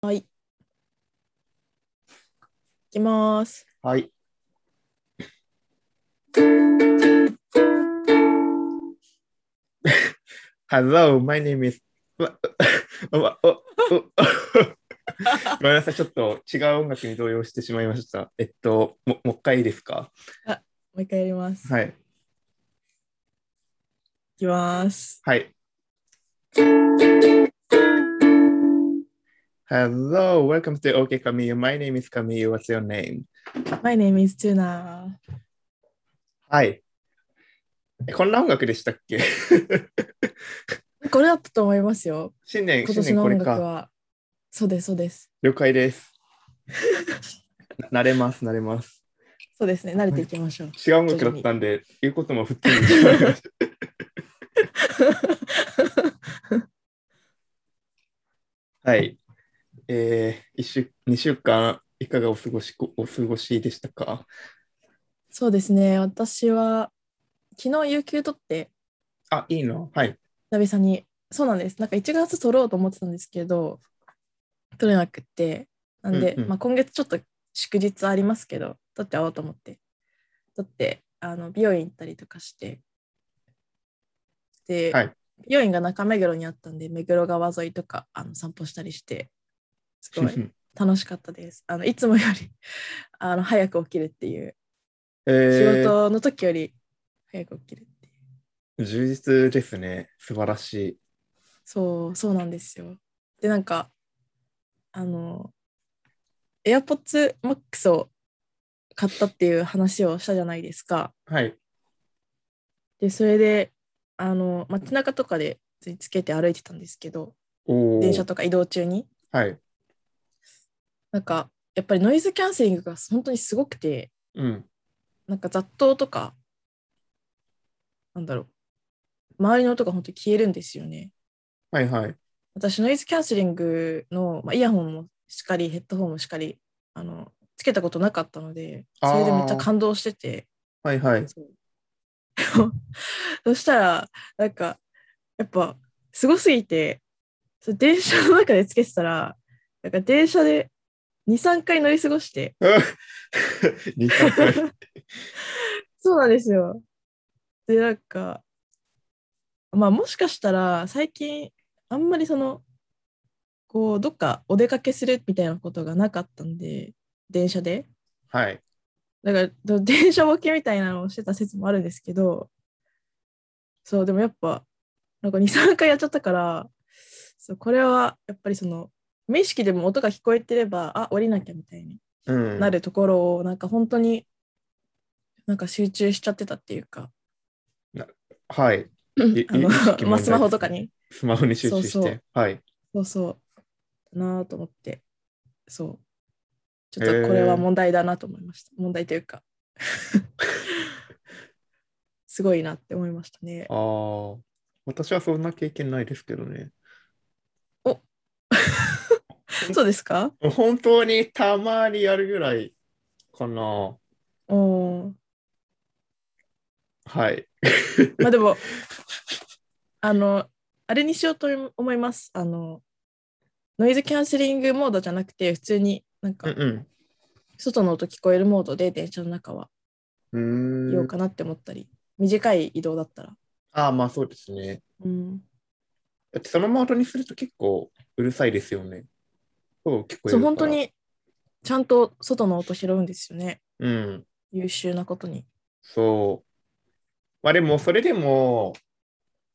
はい。いきます。 はい。Hello, my name is わわわ わごめんなさい、ちょっと違う音楽に動揺してしまいました。えっと、ももう一回いいですかもう一回やります。いはい。きます。はい。Hello, welcome to OK Camille. My name is Camille. What's your name? My name is Tuna. はい。えこんな音楽でしたっけ これだったと思いますよ。新年、今新年年のこれ音楽か。は。そうです、そうです。了解です。 な慣れます、慣れます。そうですね。慣れていきましょう。違う音楽だったんで、言うことも普通にしまいました。 はい。えー、一週、2週間、いかがお過ごし、お過ごしでしたかそうですね。私は、昨日、有給取って、あ、いいのはい。久々に、そうなんです。なんか1月取ろうと思ってたんですけど、取れなくて、なんで、うんうんまあ、今月ちょっと祝日ありますけど、取って会おうと思って、取って、あの美容院行ったりとかして、で、はい美容院が中目黒にあったんで、目黒川沿いとかあの散歩したりして、すご い楽しかったです。あのいつもよりあの早く起きるっていう、え仕ー、事の時より早く起きるっていう、充実ですね。素晴らしい。そう、そうなんですよ。で、なんか、あの、AirPods Max を買ったっていう話をしたじゃないですか。はい。で、それで、あの、街中とかでつけて歩いてたんですけど、おー電車とか移動中に。はい。なんか、やっぱりノイズキャンセリングが本当にすごくて、うん。なんか雑踏とか、なんだろう、周りの音が本当に消えるんですよね。はいはい。私ノイズキャンセリングの、まあ、イヤホンもしっかりヘッドホンもしっかりあのつけたことなかったのであーそれでめっちゃ感動してては いはい。そうそしたらなんかやっぱすごすぎてそれ電車の中でつけてたらなんか電車で23回乗り過ごして二三回 そうなんですよでなんかまあもしかしたら最近あんまりそのこうどっかお出かけするみたいなことがなかったんで電車ではい。だからど電車ボケみたいなのをしてた説もあるんですけどそうでもやっぱなんか23回やっちゃったからそうこれはやっぱりその無意識でも音が聞こえてればあ降りなきゃみたいにうん。なるところをなんか本当になんか集中しちゃってたっていうかはい。あいの意識問題ですねまあスマホとかにスマホに集中して。そうそうはい。そうそうだなぁと思ってそうちょっへーとこれは問題だなと思いました、問題というか すごいなって思いましたねああ。私はそんな経験ないですけどね。そうですか本当にたまにやるぐらいかな。おーはい。まあ でもあのあれにしようと思いますあのノイズキャンセリングモードじゃなくて普通になんうかん外の音聞こえるモードで電車の中はうん。言おうー。うんかなって思ったり、短い移動だったら、ああ、まあそうですね。うん、だってそのモードにすると結構うるさいですよね。そう、聞こえるからそう本当。にちゃんと外の音拾うんですよねうん。優秀なことにそう。まあでも、それでも、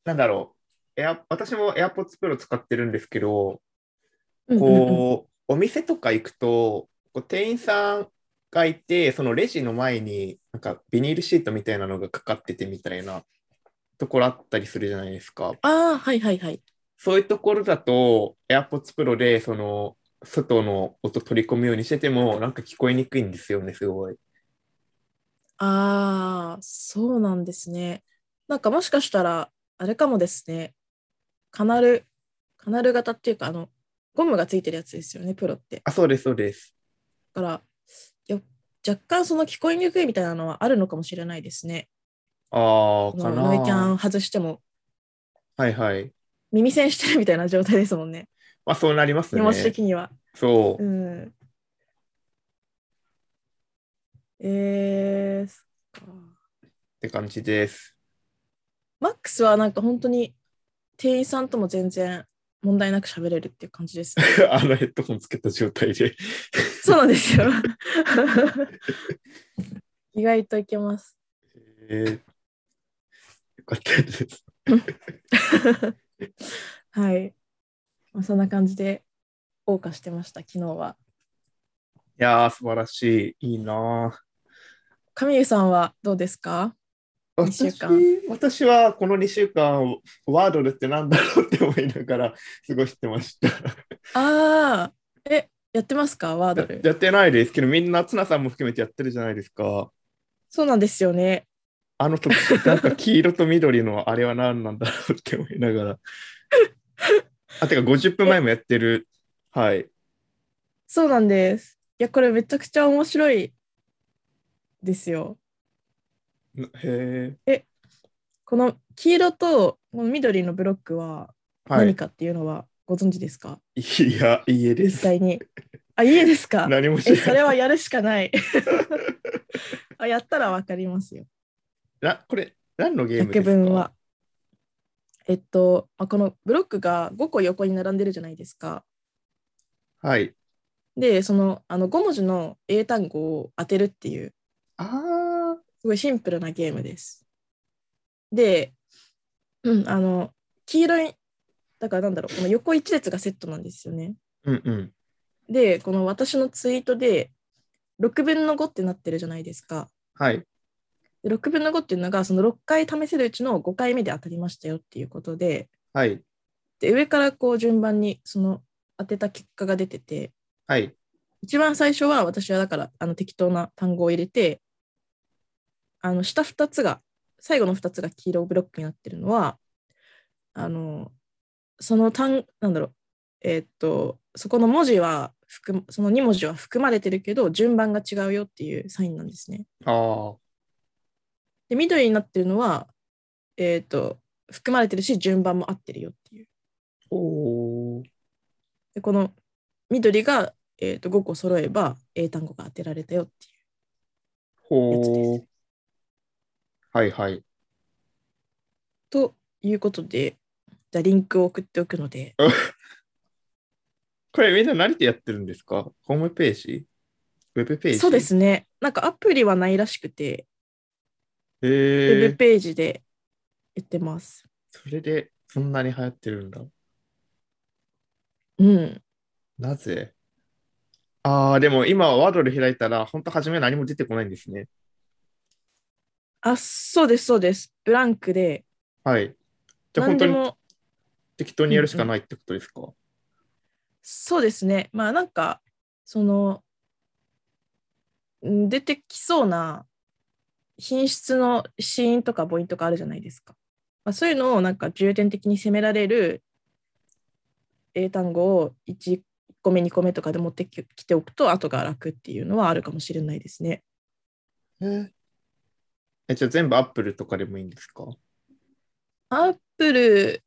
なんだろう。エア私も AirPods Pro 使ってるんですけど、こう、お店とか行くと、こう店員さんがいて、そのレジの前に、なんかビニールシートみたいなのがかかっててみたいなところあったりするじゃないですうか。んうんああはいはいはいそういうところだと、AirPods Pro で、その、外の音取り込むようにしてても、なんか聞こえにくいんですよね、すごい。ああそうなんですねなんかもしかしたらあれかもですねカナルカナル型っていうかあのゴムがついてるやつですよねプロってあ、そうです、そうです。だからよ若干その聞こえにくいみたいなのはあるのかもしれないですねあこあ、のかな。ノイキャン外してもはいはい。耳栓してるみたいな状態ですもんねまあ、そうなります気ね。持ち的にはそうう。ん。えー、そっか。って感じです。 マックスはなんか本当に店員さんとも全然問題なく喋れるっていう感じです、 ね。あのヘッドホンつけた状態で。そうなんです よ。意外といけます。 えー、よかったです。はい。まあ、そんな感じで謳歌してました、昨日は。いやー、素晴らしい。いいな神湯さんはどうですかー二週間私私はこの2週間、ワードルってなんだろうって思いながら過ごしてました。ああ、え、やってますかワードやル。やってないですけど、みんな、ツナさんも含めてやってるじゃないですか。そうなんですよね。あの時、なんか黄色と緑のあれは何なんだろうって思いながら。あ、てか50分前もやってる。はい。そうなんです。いや、これめちゃくちゃ面白いですよ。なへこの黄色とこの緑のブロックはえ。は何い。かっていうのはご存知ですか、いや、家で実す。際に。あ、いいですか何もえ、しそない。れはやるしかない。あやったらわかりますよ。なこれ、何のゲームで百すか分は。。えっと、まあ、このブロックが5個横に並んでるじゃないですか。はい。で、そのあの5文字の英単語を当てるっていう、あー。すごいシンプルなゲームです。で、うん、あの、黄色い、だからなんだろう、この横1列がセットなんですよね。うんうん。で、この私のツイートで、6分の5ってなってるじゃないですか。はい。で6分の5っていうのが、その6回試せるうちの5回目で当たりましたよっていうことで、はい。で上からこう順番にその当てた結果が出てて、はい。一番最初は私はだからあの適当な単語を入れて、あの下2つが、最後の2つが黄色ブロックになってるのは、あの、その単、なんだろう、えーっと、そこの文字は含む、その2文字は含まれてるけど、順番が違うよっていうサインなんですね。あで、緑になってるのは、えーっと、含まれてるし、順番も合ってるよっていう。あ。おお。で、この緑が、えーっと5個揃えば、英単語が当てられたよっていう。やつほでう。はいはい。ということで、じゃあリンクを送っておくので、これみんな何でやってるんですかホームページウェブページそうで。すね、なんかアプリはないらしくて、ウへェブえ。ページでやってます。それでそんなに流行ってるんだ。うん。なぜああ、でも今ワードで開いたら、本当初め何も出てこないんですね。あ、そうです、そうです。ブランクで、はい。じゃあ何本当でにも、適当にやるしかないってことですか、そうですね、まあなんか、その、ん出てきそうな品質のシーンとか母音とかあるじゃないですか。まあ、そういうのをなんか重点的に攻められる英単語を1個目2個目とかで持ってききておくと後が楽っていうのはあるかもしれないですね。ええ、じゃあ全部アップルとかでもいいんですかアップル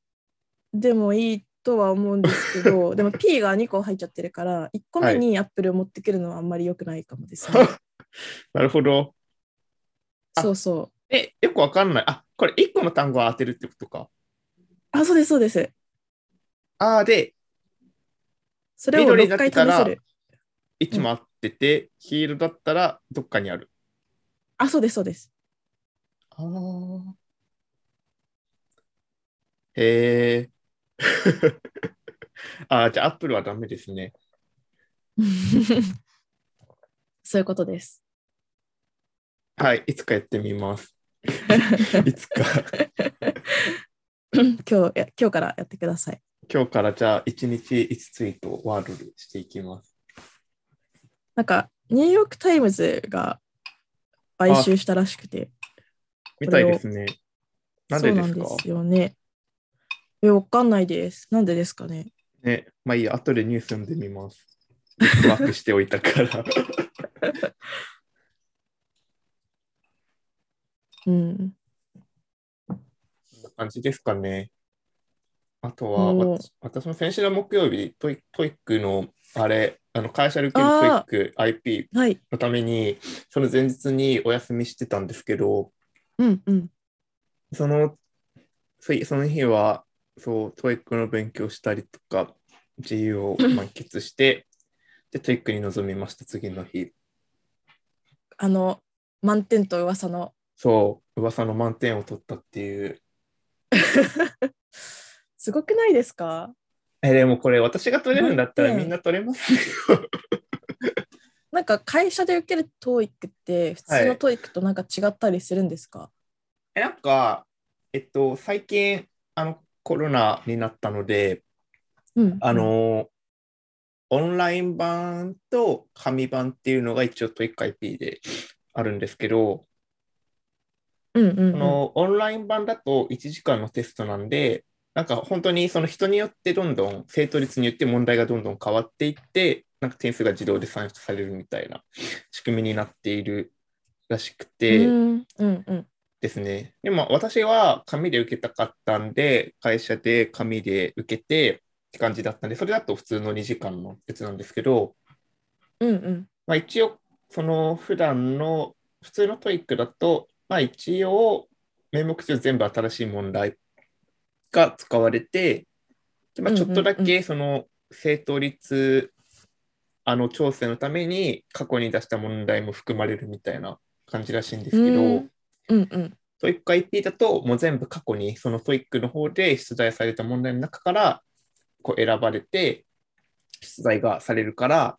でもいいとは思うんですけどでも P が2個入っちゃってるから1個目にアップルを持ってくるのはあんまり良くないかもですね。なるほど。 あそうそう。え、よくわかんない。あ、これ1個の単語を当てるってことか。あそうですそうです。ああ、で、それを緑6になっ回てた試らせる。位置も合ってて、ヒールだったらどっかにある。あそうですそうです。 あへえ。 あーじゃあ、アップルはダメですね。そういうことです。 はい、いつかやってみ ます。いつか。今日や今日からやってください。今日からじゃあ、1日1ツイートワールドしていきます。なんかニューヨーク・タイムズが買収したらしくて。みたいですね。なんでですかそうなんですよね。え、わかんないです。なんでですかね。ね、まあいいや、後でニュース読んでみます。 リストアップしておいたから。うん。こんな感じですかね。あとおはーわた、私も先週の木曜日トイ、トイックのあれ、あの会社で受けるクイック IP はい。のために、その前日にお休みしてたんですけど、うんうん。その、そいその日は、そう、トイックの勉強したりとか、自由を満喫して、で、トイックに臨みました、次の日。あの、満点と噂の。 そう、噂の満点を取ったっていう。すごくないですかえ、でもこれ、私が取れるんだったら満点みんな取れますよ。なんか会社で受ける TOEIC って普通はのい TOEIC となんか違ったりするんですか、え、なんか、えっと、最近、あの、コロナになったので、うん。あの、オンライン版と紙版っていうのが一応トイック IP であるんですけど、うんうんうん、そのオンライン版だと1時間のテストなんで、なんか本当にその人によってどんどん、正答率によって問題がどんどん変わっていって、なんか点数が自動で算出されるみたいな仕組みになっているらしくて、うんうんうん。ですね。でも私は紙で受けたかったんで、会社で紙で受けてって感じだったんで、それだと普通の2時間のやつなんですけど、うんうん。まあ、一応、その普段の普通のトイックだと、まあ、一応、名目中全部新しい問題が使われて、でまあ、うんうんちうょんっとだけその正答率あの調整のために過去に出した問題も含まれるみたいな感じらしいんですけうど、んうんうん。トイック IP だと、もう全部過去に、そのトイックの方で出題された問題の中から、こう選ばれて、出題がされるから、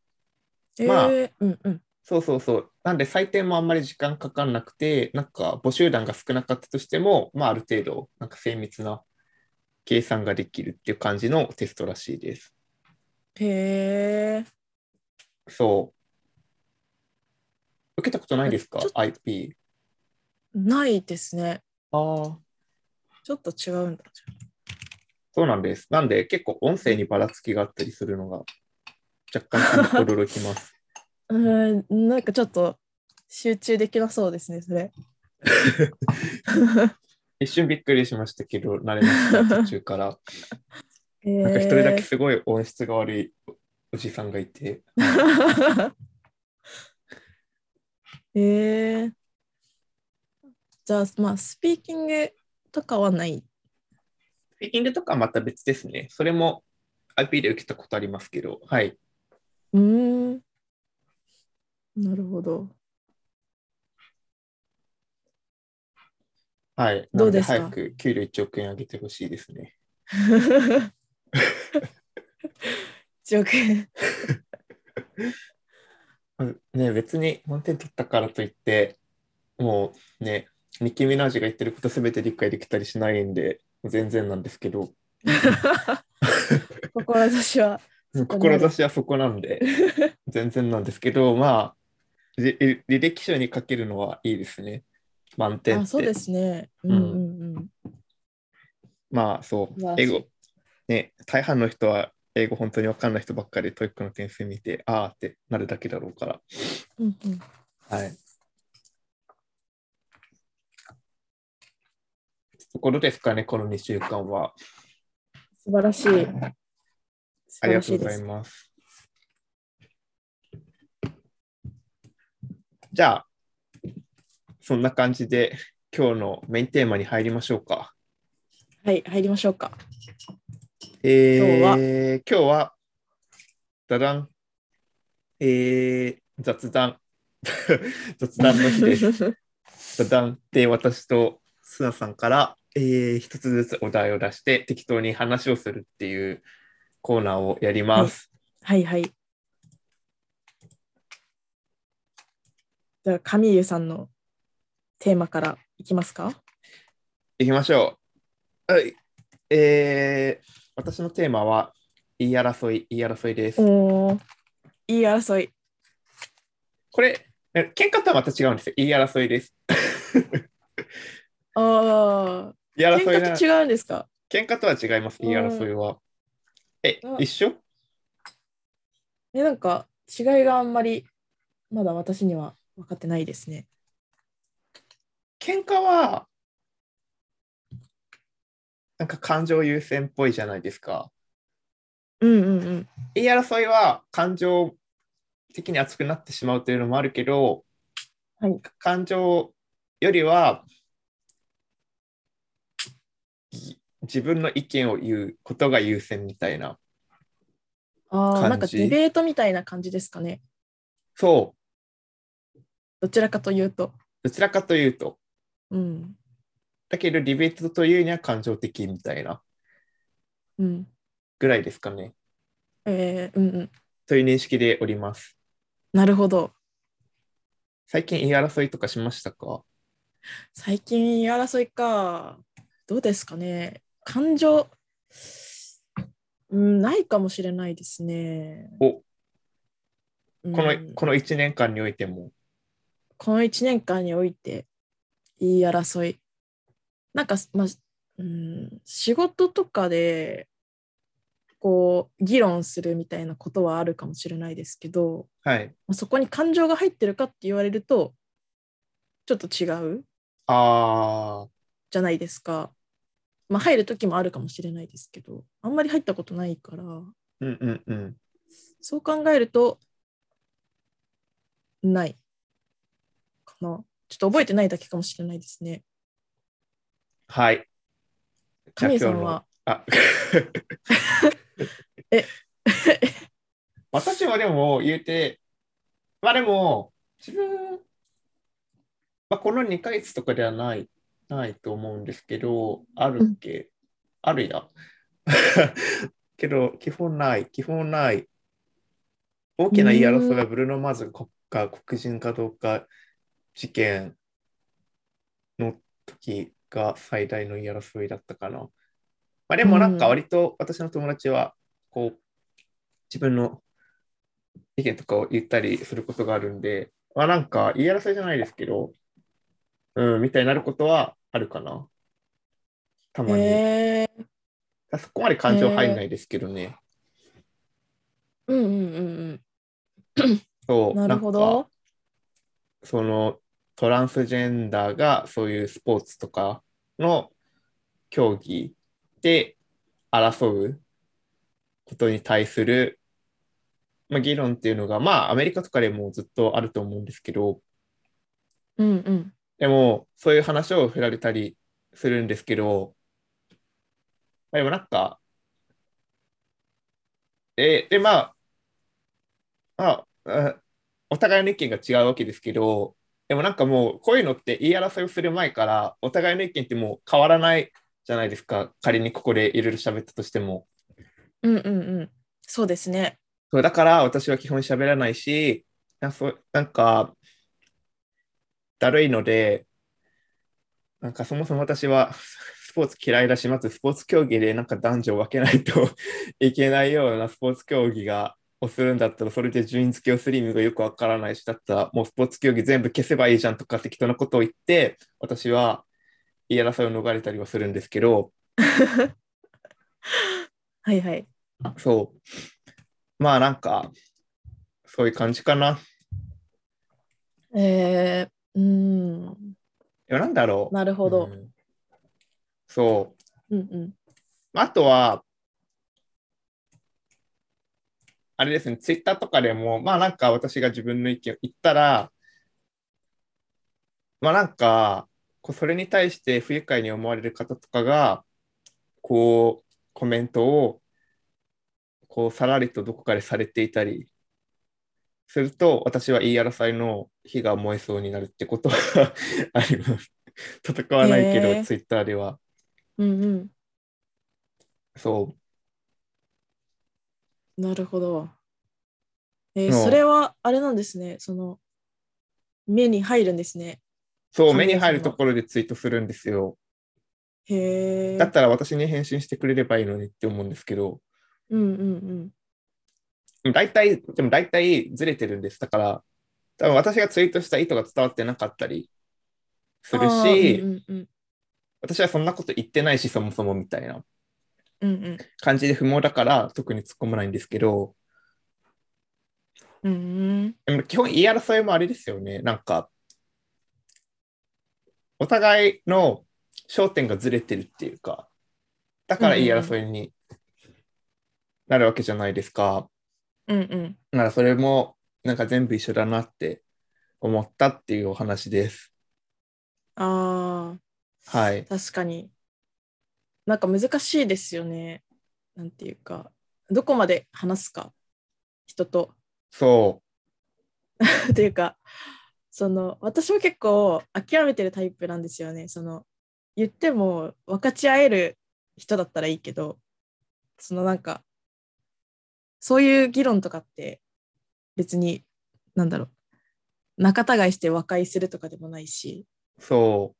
えーまあうんうん。そうそうそう。なんで採点もあんまり時間かかんなくて、なんか募集団が少なかったとしても、まあある程度、なんか精密な計算ができるっていう感じのテストらしいです。へえ。そう。受けたことないですかちょっ ?IP。ないですね。ああ。ちょっと違うんだ。そうなんです。なんで結構音声にばらつきがあったりするのが若干驚きます。 うん、なんかちょっと集中できなそうですね、それ。一瞬びっくりしましたけど、慣れました、途中から。 え なんか一人だけー、すごい音質が悪いおじさんがいて、えー、じゃあ、まあ、スピーキングとかはない。スピーキングとかはまた別ですね。それも IP で受けたことありますけど、はい。うーん。なるほど。はい。どうですかなので早く給料1億円上げてほしいですね。 1億 円。うんね、別に満点取ったからといって、もうね、ニッキー・ミナージが言ってることすべて理解できたりしないんで、全然なんですけど、志は。志はそこなんで、 全然なんですけど、まあ、じ履履歴書に書けるのはいいですね。満点って。あ、そうですね。うんうんうん。まあ、そう素晴ら、しい英語。ね、大半の人は英語本当に分かんない人ばっかりでトイックの点数見て、あーってなるだけだろうから。うんうん、はい。ところですかね、この2週間は。素晴らしい。素あり晴がらとしういでございす。ます。じゃあ、そんな感じで今日のメインテーマに入りましょうか。はい、入りましょうか。えー、今日は、ダダン、えー、雑談、 雑談の日 です。雑談で私とスナさんから、えー、一つずつお題を出して適当に話をするっていうコーナーをやります。はいはい。じゃあ、神湯さんのテーマからいきますか。いきましょう。はい。えー、私のテーマは、言い争い、言い争いです。おお、いい争い。これ、え喧嘩とはまた違うんですよ。言い争いです。あ言いあ、争い喧な嘩と違うんですか。喧嘩とは違います、言い争いは。えうん、一緒え、なんか違いがあんまりまだ私には分かってないですね。喧嘩は、なんか感情優先っぽいじゃないですか。うんうんうん。言い争いは感情的に熱くなってしまうというのもあるけど、はい感情よりはじ自分の意見を言うことが優先みたいなああ、感じなんかディベートみたいな感じですかね。そどちらかというと。うどちらかというとうん。だけどディベートというには感情的みたいなうん。ぐらいですかねえー、うんうん。という認識でおりますなるほど。最近言い争いとかしましたか最近言い争いか。どうですかね。感情、うん、ないかもしれないですね。おうんこのこの1年間においてもこの1年間において言い争いなんか、まあうん、仕事とかでこう議論するみたいなことはあるかもしれないですけどはいまあそこに感情が入ってるかって言われるとちょっと違うあーじゃないですか、まあ、入る時もあるかもしれないですけどあんまり入ったことないからうんうんうんそう考えるとないかなちょっと覚えてないだけかもしれないですねはいじゃあ神さ今ん日のはあ え私はでも言うて、まあでも、自分、まあ、この2ヶ月とかではない、ないと思うんですけど、あるっけ、あるや。 けど、基本ない、基本ない。大きな言い争いはブルーノ・マーズが黒人かどうか事件の時が最大の言い争いだったかな。まあ、でもなんか割と私の友達はこう自分の意見とかを言ったりすることがあるんで、まあ、なんか言い争いじゃないですけど、うん、みたいになることはあるかな。たまに。えーそこまで感情入んないですけどね。うんうんうんそううん。なるほなんかど。そのトランスジェンダーがそういうスポーツとかの競技で争うことに対する、まあ、議論っていうのが、まあ、アメリカとかでもずっとあると思うんですけど、うんうん。でも、そういう話を振られたりするんですけど、でもなんか、え、で、まあ、まあ、あお互いの意見が違うわけですけど、でもなんかもう、こういうのって言い争いをする前から、お互いの意見ってもう変わらないじゃないですか、仮にここでいろいろ喋ったとしても。うんうんうん。そうですね。 そうだから私は基本喋らないし、なそうなんか、だるいので、なんかそもそも私はスポーツ嫌いだし、まずスポーツ競技でなんか男女を分けないと いけないようなスポーツ競技がをするんだったら、それで順位付けをする意味がよくわからないし、だったらもうスポーツ競技全部消せばいいじゃんとか適当なことを言って、私は言い争いを逃れたりはするんですけど、はいはい。そう。まあなんか、そういう感じかな。えー、うーん。いや、なんだろう。なるほどう。んそう。うんうん。まああとは、あれですね、ツイッターとかでも、まあなんか私が自分の意見を言ったら、まあなんか、こうそれに対して不愉快に思われる方とかが、こう、コメントを、こう、さらりとどこかでされていたりすると、私は言い争いの火が燃えそうになるってことは あります。戦わないけど、へーツイッターでは。うんうん。そう。なるほど。えー、のそれはあれなんですね。その、目に入るんですね。そう、神目谷にさんは入るところでツイートするんですよ。へだっえ。たら私に返信してくれればいいのにって思うんですけど、うんうんうん。でも大体、でも大体ずれてるんです。だから、多分私がツイートした意図が伝わってなかったりするあし、ーうんうんうん私はそんなこと言ってないし、そもそもみたいなうんうん感じで不毛だから特に突っ込まないんですけど、うんうんでも基本言い争いもあれですよね。なんか、お互いの焦点がずれてるっていうか、だから言い争いになるわけじゃないですか。うんうん。だからそれもなんか全部一緒だなって思ったっていうお話です。あはいあ、。確かに。なんか難しいですよね。なんていうか、どこまで話すか、人と。そというかその私も結構諦めてるタイプなんですよねその言っても分かち合える人だったらいいけどそのなんかそういう議論とかって別になんだろう仲違いして和解するとかでもないしう、そ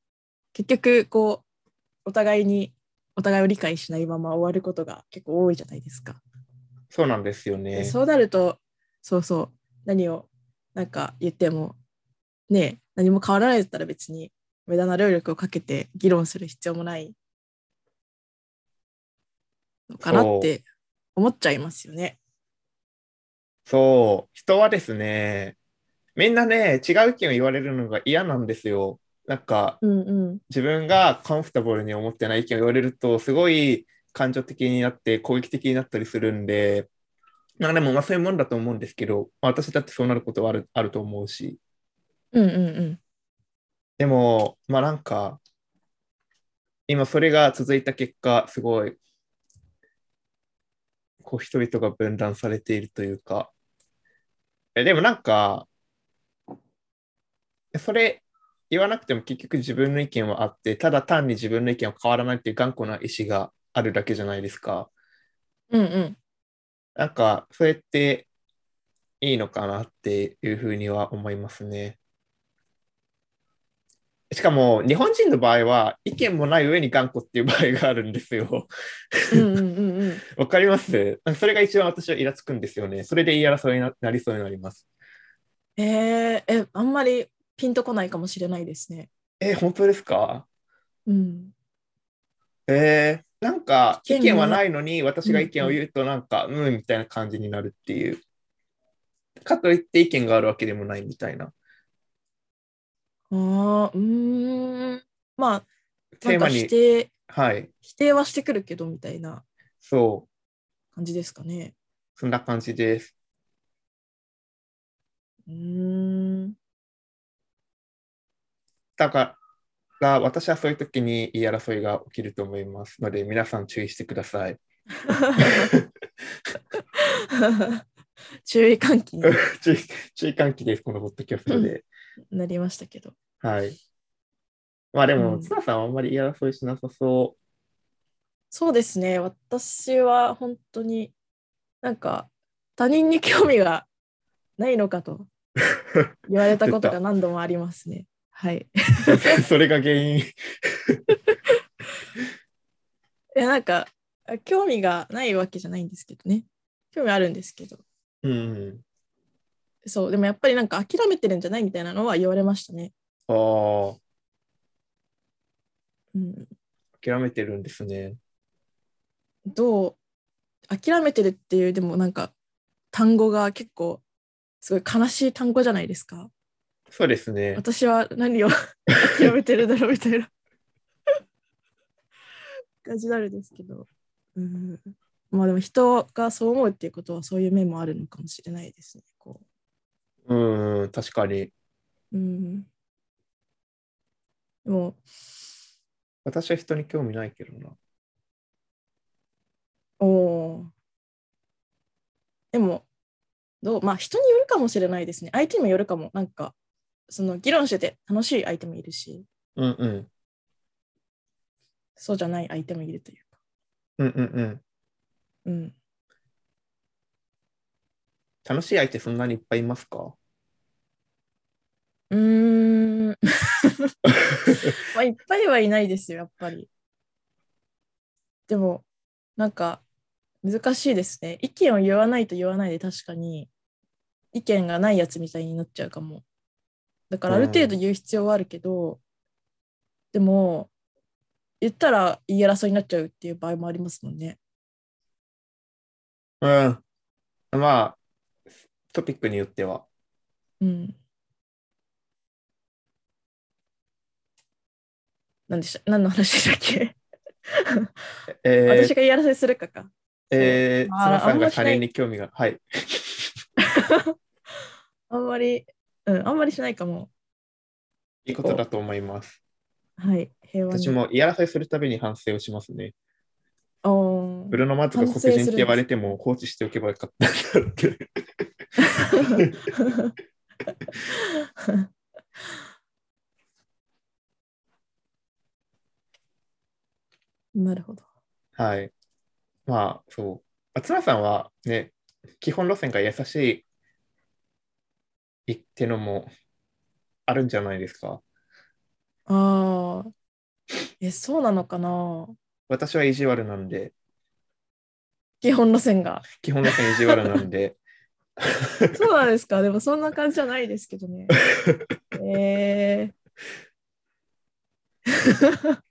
結局こうお互いにお互いを理解しないまま終わることが結構多いじゃないですか。う、そうなんですよでね。そうなるとそうそう何をなんか言ってもねえ何も変わらないだったら別に無駄な労力をかけて議論する必要もないのかなって思っちゃいますよね。そう、人はですね、みんなね、違う意見を言われるのが嫌なんですよ。なんか、うんうん自分がコンフォータブルに思ってない意見を言われると、すごい感情的になって、攻撃的になったりするんで、なんかでも、まあそういうもんだと思うんですけど、まあ私だってそうなることはあるあると思うし。うんうんでも、まあなんか、今それが続いた結果、すごい、こう人々が分断されているというか、え、でもなんか、それ言わなくても結局自分の意見はあって、ただ単に自分の意見は変わらないっていう頑固な意志があるだけじゃないですか。うんうんなんか、それっていいのかなっていうふうには思いますね。しかも、日本人の場合は、意見もない上に頑固っていう場合があるんですよ。 うんうんうんうんわかりますなんかそれが一番私はイラつくんですよね。それで言い争いにななりそうになります。 えー、えあんまりピンとこないかもしれないですね。え、本当ですかうん、えー、なんか、意意見が見はないのに、私が意見を言うと、なんか、うん、みたいな感じになるっていう。かといって意見があるわけでもないみたいな。あーうーんまあなテんーマかに否、定はい、否定はしてくるけどみたいなそう。感じですかね。そんな感じです。うー んだから、私はそういう時に言い争いが起きると思いますので、皆さん注意してください。 注意喚起に注意注意喚起です、このポッドキャストで。なりましたけど。はい。まあでうも、ん津田さんはあんまり言い争いしなさそそうですね、私は本当になんか他人に興味がないのか と言われたことが何度もありますね。はい。う。 それが原因。いやなんか興味がないわけじゃないんですけどね。興味あるんですけど。うん。そう、でもやっぱりなんか諦めてるんじゃないみたいなのは言われましたね。ああ、うん、諦めてるんですね。どう諦めてるっていうでもなんか単語が結構すごい悲しい単語じゃないですかそうですね。私は何を 諦めてるだろうみたいな 感じになるんですけどうんまあでも人がそう思うっていうことはそういう面もあるのかもしれないですねこうん、確かに。ううんでも私は人に興味ないけどな。おおでもどうまあ人によるかもしれないですね相手にもよるかもなんかその議論してて楽しい相手もいるしうんうん。そうじゃない相手もいるというかうんうんうん。うん楽しい相手そんなにいっぱいいますかうーんまあいっぱいはいないですよやっぱりでもなんか難しいですね意見を言わないと言わないで確かに意見がないやつみたいになっちゃうかもだからある程度言う必要はあるけど、でも言ったら言い争いになっちゃうっていう場合もありますもんねうん。まあ、トピックによっては。うん何でした何の話でしたっけえ私が言い争いするかか。ー、えー、まあ妻さんあんまがし他ない人に興味が、はい。あんまり、うん、あんまりしないかも。いいことだと思います。はい、平和に。私も嫌らせするたびに反省をしますね。あーブルーノ・マーズが黒人って言われても放置しておけばよかったんだって。 なるほど。 はい。まあ、そう。あつなさんはね、基本路線が優しいってのもあるんじゃないですか。ああ。え、そうなのかな私は意地悪なんで、基本路線が。基本路線意地悪なん で、そうなんですか。でもそんな感じじゃないですけどね。えー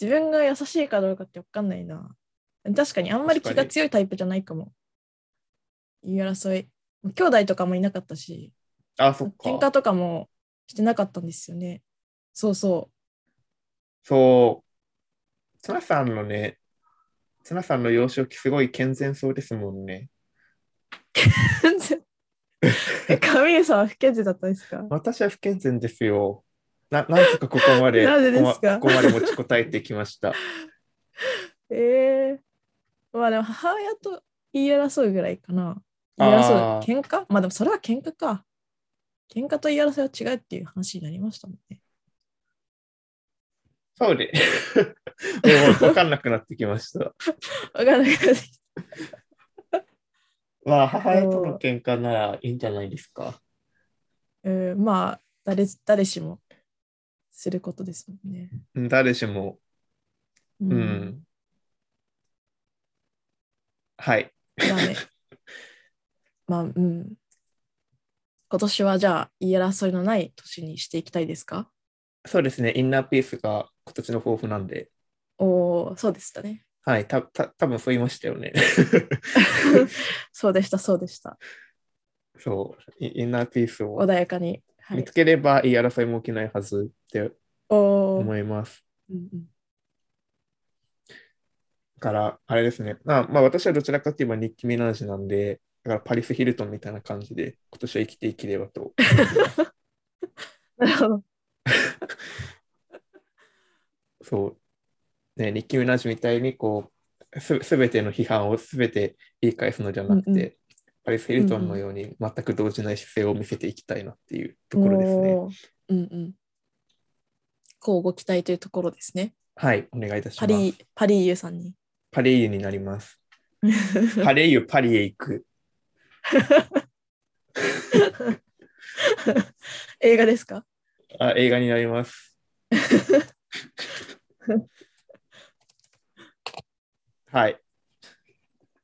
自分が優しいかどうかって分かんないな。確かにあんまり気が強いタイプじゃないかも。言い争い。兄弟とかもいなかったし、あ、そっ喧か。嘩とかもしてなかったんですよね。そうそそう。つなさんのね、つなさんの幼少期すごい健全そうですもんね。う。全然え神江さんは不健全だったんですか私は不健全ですよ。ななんとかここまで なんでですかここまここまで持ちこたえてきました。ええまあでも母親と言い争うぐらいかな。言い争あう。ー喧嘩まあでもそれは喧嘩か。喧嘩と言い争いは違うっていう話になりましたもんね。そうで。 もう分かんなくなってきました。わからないけど。まあ、母親との喧嘩ならいいんじゃないですか。うん、まあ誰、誰しもすることですもんね。うん誰しも。ううん。。はい。まあね。まあ、うん。今年はじゃあ言い争いのない年にしていきたいですかそうですね。インナーピースが今年の抱負なんで。おおそうでした ね。はい。た、た、多分そう言いましたよね。そうでした、そうでした。そう。イインナーピースを穏やかに。は見いつ、ければ言い争いも起きないはずっておお、思います。うんうんだから、あれですね。まあ、まあ、私はどちらかといえばニッキー・ミナージュなんで、だからパリス・ヒルトンみたいな感じで、今年は生きていければと。 なるほど。そう。ね、ニッキー・ミナージュみたいに、こう、すすべての批判をすべて言い返すのじゃなくて、うんうんパリス・ヒルトンのように全く動じない姿勢を見せていきたいなっていうところですね。おーうんうん。こうご期待というところですね。はい、お願いいたしパます。リパリーユさんに。パレイユになります。パレイユ、パリへ行く。 映画ですかあ、映画にな ります。はい。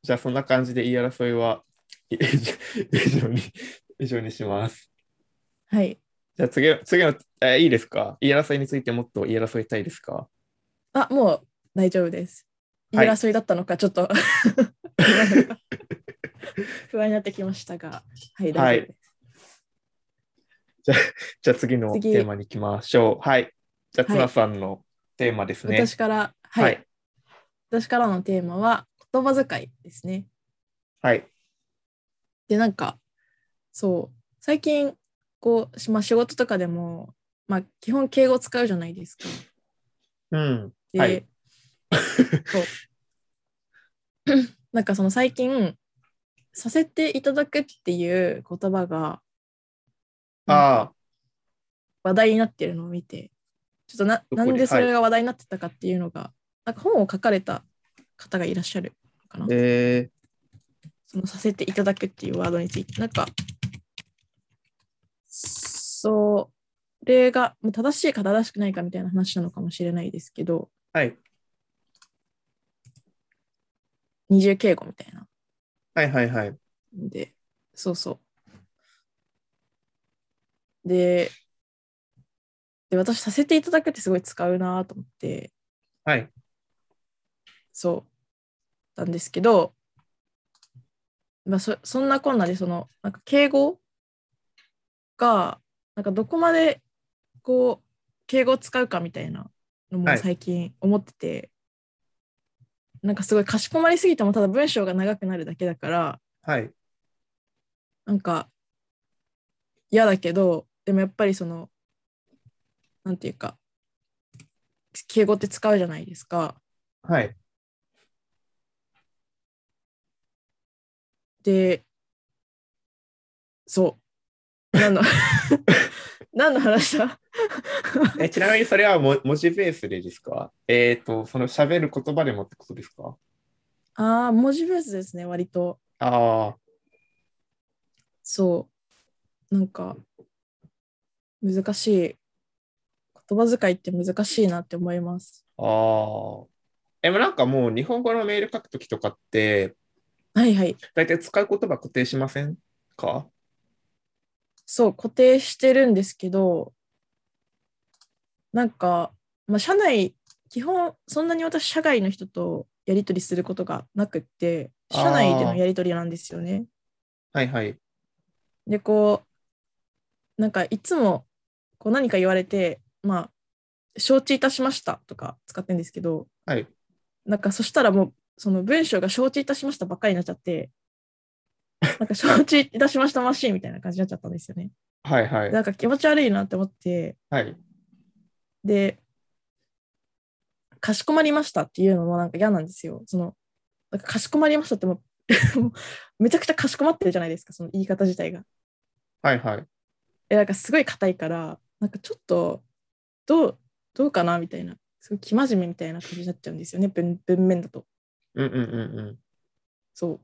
じゃあそんな感じで言い争いは 以上以上に以上にします。はい。じゃあ次の次のえいいですか言い争いについてもっと言い争いたいですかあもう大丈夫です。言はいい争いだったのか、ちょっ と不安になってきましたが、はい、大丈夫です。じゃあ次の次テーマに行きましょう。はい。じゃあはい綱さんのテーマですね。私から、はい、はい。私からのテーマは言葉遣いですね。はい。でなんかそう最近こうし、まあ、仕事とかでも、まあ、基本敬語使うじゃないですか。うん。で、はいそう なんかその最近「させていただく」っていう言葉がああ、話題になってるのを見てちょっとなこなにんでそれが話題になってたかっていうのが、なんか本を書かれた方がいらっしゃるのかな。えそのさせていただくっていうワードについて、なんか、そう、例がまあ正しいか正しくないかみたいな話なのかもしれないですけど、ー、はい。二重敬語みたいなはいはいはい。んで、そうそう。で、で私、させていただくってすごい使うなと思って、はい。そうなんですけど、まあ、そそんなこんなでそのなんか敬語がなんかどこまでこう敬語を使うかみたいなのはもい最近思ってて、なんかすごいかしこまりすぎてもただ文章が長くなるだけだからはい。なんか嫌だけどでもやっぱりそのなんていうか敬語って使うじゃないですか。はい。でそう 何の何の話だ えちなみにそれはも文字ベースでですかえっ、と、その喋る言葉でもってことですかああ文字ベースですね割と。ああ、そうなんか難しい言葉遣いって難しいなって思います。ああ。え、もうなんかもう日本語のメール書くときとかって、はいはい大体使う言葉固定しませんかそう固定してるんですけどなんか、まあ、社内基本そんなに私社外の人とやり取りすることがなくってあー社内でのやり取りなんですよね。はいはい。でこうなんかいつもこう何か言われてまあ承知いたしましたとか使ってるんですけどはい。なんかそしたらもうその文章が承知いたしましたばっかりになっちゃってなんか承知いたしましたマシーンみたいな感じになっちゃったんですよね。はいはい。なんか気持ち悪いなって思ってはい。で、かしこまりましたっていうのもなんか嫌なんですよ。そのなんかかしこまりましたっても うもうめちゃくちゃかしこまってるじゃないですか、その言い方自体が。はいはい。えなんかすごい硬いから、なんかちょっとどうどうかなみたいな、すごい生真面目みたいな感じになっちゃうんですよね、文文面だと。うんうんうんうん。そ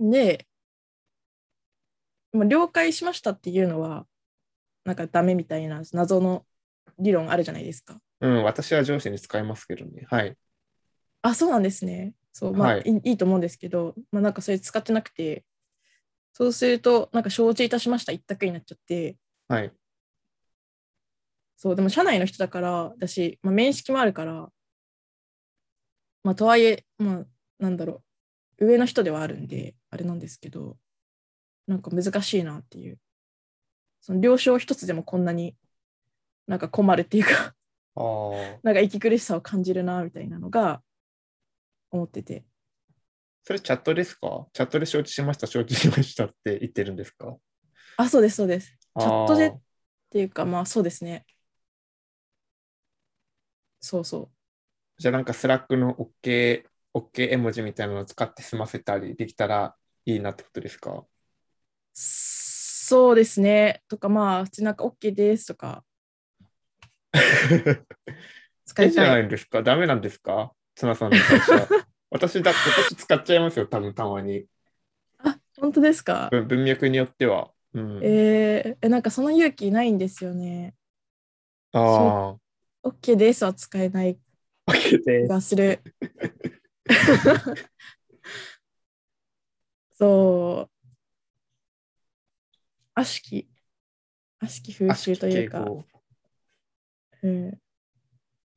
う。で、まあ、了解しましたっていうのは、なんかダメみたいな謎の理論あるじゃないですか。うん、私は上司に使いますけどね。はい。あ、そうなんですね。そう、まあ、はいいい、いいと思うんですけど、まあ、なんかそれ使ってなくて、そうすると、なんか承知いたしました一択になっちゃって、はい。そう、でも社内の人だから、だし、まあ、面識もあるから、まあ、とはいえ、まあ、なんだろう、上の人ではあるんで、あれなんですけど、なんか難しいなっていう。その了承一つでもこんなになんか困るっていうか、 ああ。なんか息苦しさを感じるな、みたいなのが思ってて。それチャットですかチャットで承知しました、承知しましたって言ってるんですかあ、そうです、そうです。チャットであーっていうかまあそうですねそうそじゃあなんかスラックの OK、OK 絵文字みたいなのを使って済ませたりできたらいいなってことです かうそうですねとかまあ普通になんか OK ですとか使えいじゃたないいんですかダメなんですかツナさんの会 社。私だ、私使っちゃいますよ、多分たまに。あ本当ですか、文文脈によっては。うん。えーえなんかその勇気ないんですよねああ。 OK ですは使えない OK 気です。がする そう悪しき悪しき風習というあか敬、語うん、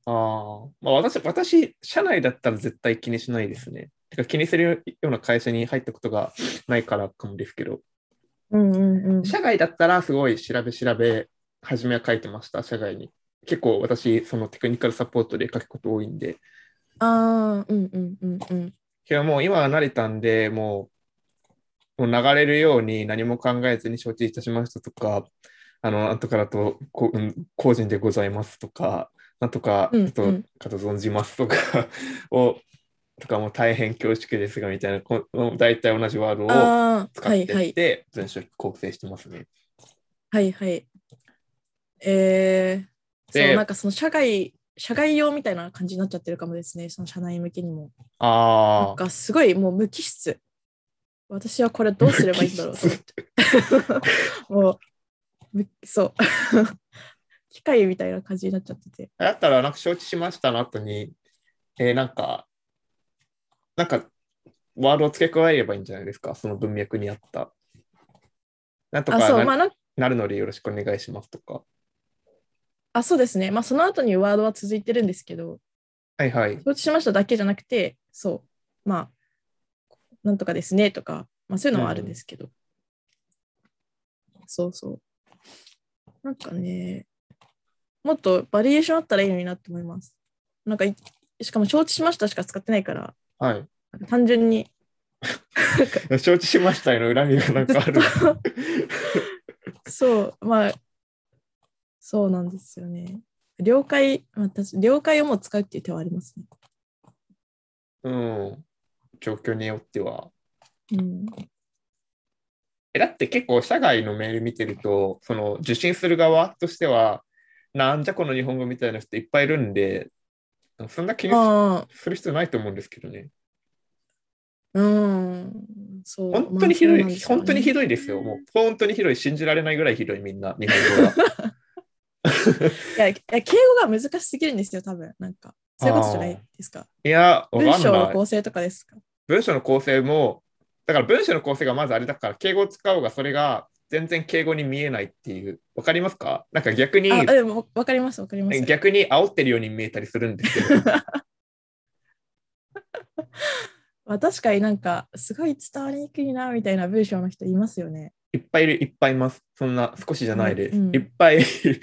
ああ、まあ私、私、社内だったら絶対気にしないですね。てか気にするような会社に入ったことがないからかもですけど、うんうんうん社外だったらすごい調べ調べ、初めは書いてました、社外に。結構私、そのテクニカルサポートで書くこと多いんで。ああうんうんうんうんけどもう今は慣れたんで、もう、もう流れるように何も考えずに承知いたしましたとか、あの、後からと、こううん、個人でございますとか、なんとか、うんあとうんかと存じますとか を、とかもう大変恐縮ですがみたいな、この大体同じワードをああ使ってはいはっいて、文章構成してますね。はいはい。えー、でそうなんかその社外、社外用みたいな感じになっちゃってるかもですね、その社内向けにも。なあんあ、かすごいもう無機質。私はこれどうすればいいんだろうと思って。もうむ、そう。 機械みたいな感じになっちゃってて。だったら、なんか承知しましたの後に、えーなんか、なんか、ワードを付け加えればいいんじゃないですか、その文脈に合った。なんとかあ、そう、な,、まあなんなるのでよろしくお願いしますとか。あ、そうですね。まあその後にワードは続いてるんですけど、はいはい。承知しましただけじゃなくて、そう、まあ、なんとかですねとか、まあ、そういうのはあるんですけど、そうそう。なんかね、もっとバリエーションあったらいいのになって思います。なんかい、しかも承知しましたしか使ってないから、はい。なんか単純に承知しましたへの恨みがなんかある。 そう、まあ、そうなんですよね。了解、私、了解をもう使うっていう手はありますね。うん。状況によっては。うん。え、だって結構社外のメール見てると、その受信する側としては、なんじゃこの日本語みたいな人いっぱいいるんで、そんな気にああ、する必要ないと思うんですけどね。うん。そう。本当にひどい、まあそう本当にひどどいですよ。もう本当にひどい、信じられないぐらいひどい、みんな、日本語 が。いや。いや、敬語が難しすぎるんですよ、多分。なんか、そういうことじゃないですか。いや、わかん文章なのい。構成とかですか。文章の構成も、だから文章の構成がまずあれだから、敬語を使おうが、それが全然敬語に見えないっていう、わかりますかなんか逆に、あ、でも、わかります、わかります。逆に煽ってるように見えたりするんですけど、 まあ、確かになんか、すごい伝わりにくいな、みたいな文章の人いますよね。 いっぱいいる、いっぱいいます。そんな少しじゃないです。うんいっぱい 日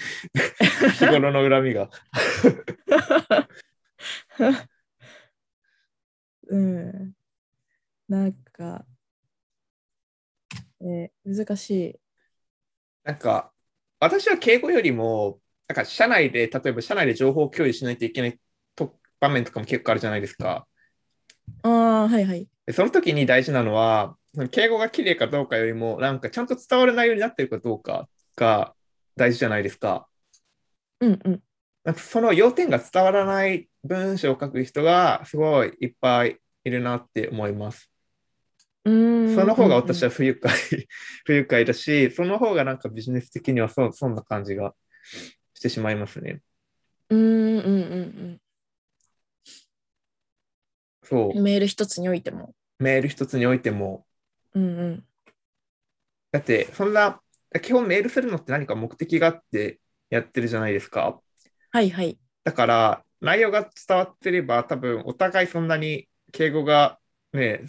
頃の恨みが。うん。なんか、えー難しい。なんか、私は敬語よりも、なんか社内で、例えば社内で情報共有しないといけないと場面とかも結構あるじゃないですか。ああ、はいはい。でその時に大事なのは、その敬語が綺麗かどうかよりも、なんかちゃんと伝わる内容になってるかどうかが大事じゃないですか。うんうん。なんかその要点が伝わらない文章を書く人がすごいいっぱいいるなって思います。うーんその方が私は不愉快、 不愉快だし、その方がなんかビジネス的にはそそんな感じがしてしまいますね。うんうんうんうんそうう。ん。メール一つにおいても。メール一つにおいても、うんうん。だってそんな、基本メールするのって何か目的があってやってるじゃないですか。はいはい。だから内容が伝わってれば多分お互いそんなに敬語がね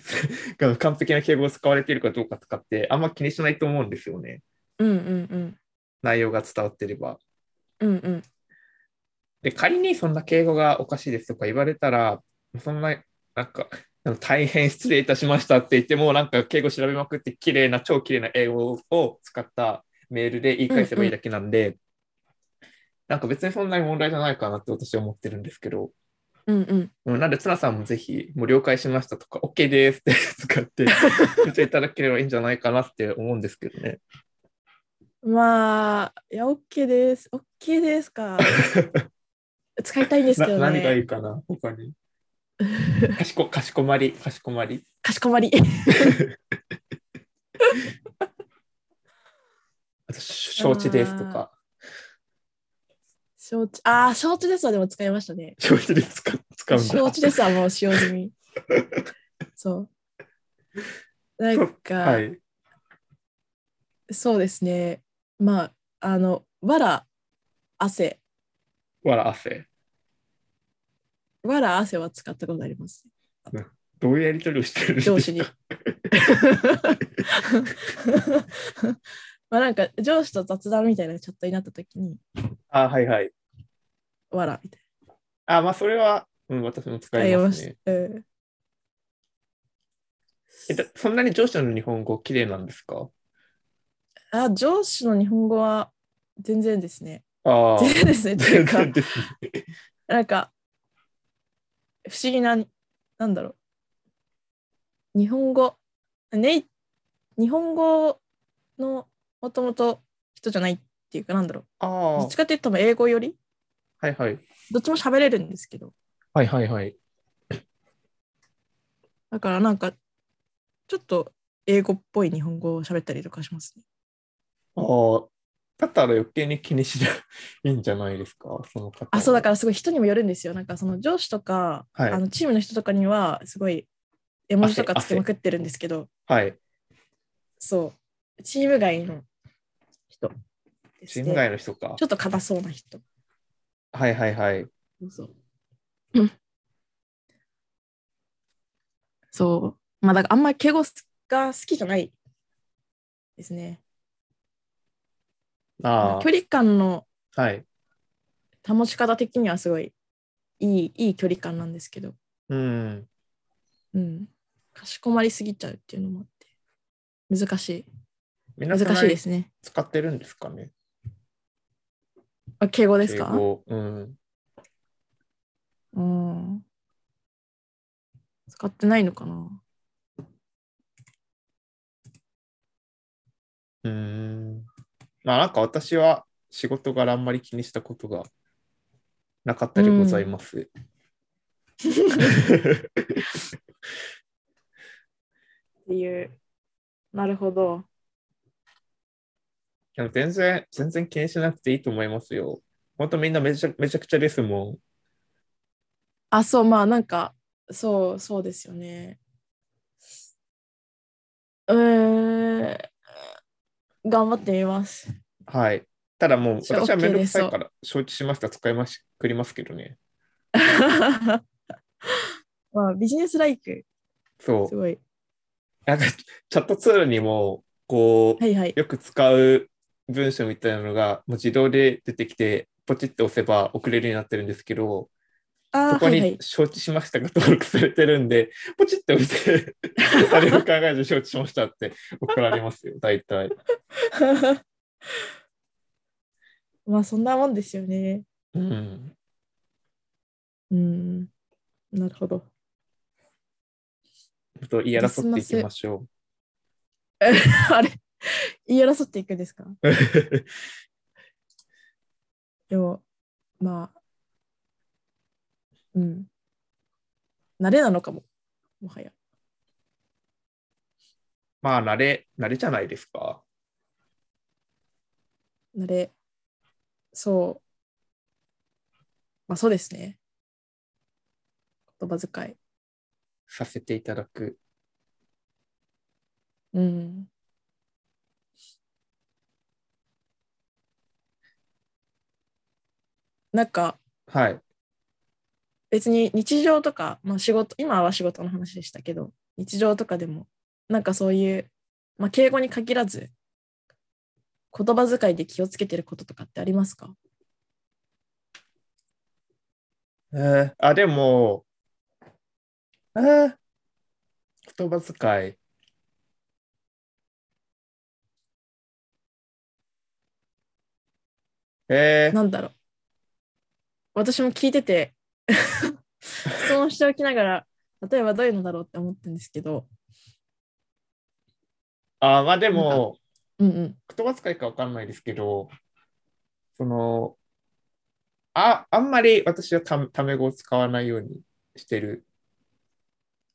完璧な敬語を使われているかどうかとかってあんま気にしないと思うんですよねうんうん内容が伝わってれば。うん。うんうん。で仮にそんな敬語がおかしいですとか言われたらそんななんかあの大変失礼いたしましたって言ってもなんか敬語調べまくって綺麗な超綺麗な英語を使ったメールで言い返せばいいだけなんで、なんか別にそんなに問題じゃないかなって私は思ってるんですけど。うんうん。うんなんで、ツナさんもぜひ、もう了解しましたとか、OK ですって 使って、言っていただければいいんじゃないかなって思うんですけどね。まあ、いや、OK です。OK です か。使いたいんですけどなね。何がいいかな、他に。かしこ、かしこまり、かしこまり。かしこまり。 あと、し承知ですとか、承知。ああ、承知ですはでも使いましたね。承知です使使うんだ。承知ですはもう使用済 み。そう。なんか、はい。そうですね。まあ、あの、わら、汗。わら、汗。わら、汗は使ったことあります。どういうやりとりをしてるんですか上司に。 まあなんか上司と雑談みたいなチャットになった時に、あ、はいはい。わらみたいあ、まあ、それは、うん、私もな。使いまますしね。た。うんえだそんなに上司の日本語、綺麗なんですかあ上司の日本語は全然ですね。ああ、全然 ですね。ってい全うか然、ですね。なんか、不思議な、なんだろう。日本語、ね、日本語のもともと人じゃないっていうか、なんだろう。どあっちかって言っても英語より、あ、はいはい。どっちも喋れるんですけど、はいはいはい。だからなんか、ちょっと英語っぽい日本語を喋ったりとかしますね。ああ、だったら余計に気にしないいんじゃないですか、その方。あ、そうだかららすごい人にもよるんですよ。なんかその上司とか、はいあのチームの人とかには、すごい絵文字とかつけまくってるんですけど、はい。そう、チーム外の人ですチねーム外の人かちょ。っと硬そうな人。はいはいはい。そう。そう。まあ、だからあんまり敬語が好きじゃないですね。あ距離感のあ、はい。保ち方的にはすごいいいいい距離感なんですけど、うん。うん、かしこまりすぎちゃうっていうのもあって、難しい。皆難さんしいですね。使ってるんですかねあ敬語です敬か語うん。うん。使ってないのかなうーん。まあなんか私は仕事柄あんまり気にしたことがなかったりござ います。っていう。なるほど。でも全然、全然気にしなくていいと思いますよ。ほんとみんなめちゃめちゃくちゃですもあ、そう、まあなんか、そう、そうですよね。うーん。頑張ってみ ます。ん。はい。ただもうじゃあ私はめ OK んどくですさいから承知しました。使いまし、くりますけどね。まあ、ビジネスライク、そすう。ごい。なんかチャットツールにも、こう、はいはい。よく使う文章みたいなのがもう自動で出てきて、ポチッと押せば送れるようになってるんですけど、あそーこはいはにい。承知しましたが登録されてるんで、ポチッと見て、あれを考えず承知しましたって怒られますよ、大体。 まあ、そんなもんですよね。うん。うん。なるほど。ちょっと言い争っていきましょあれ言い争っていくんですかう。でも、まあ、うん。慣れなのかも、もはや。 まあ、慣れ、慣れじゃないですか。慣れ、そう。まあ、そうですね。言葉遣い。させていただく。うん。なんか、はい。別に日常とか、まあ、仕事今は仕事の話でしたけど日常とかでもなんかそういう、まあ、敬語に限らず言葉遣いで気をつけてることとかってありますかえーあ、でも、えー言葉遣い。えーなんだろう私も聞いてて 質問しておきながら例えばどういうのだろうって思ったんですけどあ、まあでも、うんうん言葉遣いかわかんないですけど、その、あ、あんまり私はたタメ語を使わないようにしてる。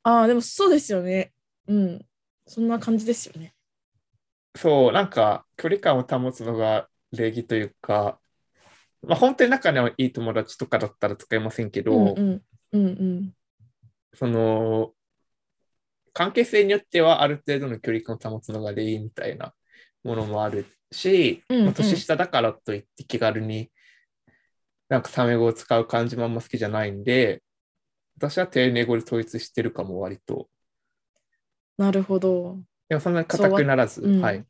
ああでもそうですよねうんそんな感じですよねそう、なんか距離感を保つのが礼儀というか、まあ本当に仲のいい友達とかだったら使えませんけうど、んうんうんうんその、関係性によってはある程度の距離感を保つのが礼儀みたいなものもあるし、うんうんまあ年下だからといって気軽になんかタメ語を使う感じもあんま好きじゃないんで、私は丁寧語で統一してるかも割と。なるほどでもそんなに硬くならず、そうわうんはい。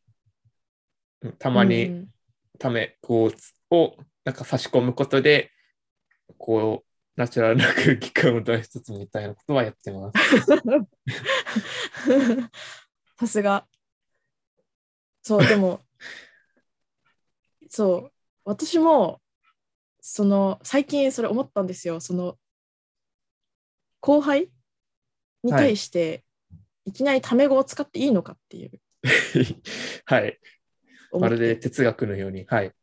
たまうんうにんタメ語をなんか差し込むことで、こう、ナチュラルな空気感を出しつつみたいなことはやってます。 さすが。そう、で も、そう、私も、その、最近それ思ったんですよ。その、後輩に対して、い、きなりタメ語を使っていいのかっていう。はい。思まっるてで哲学のように。はい。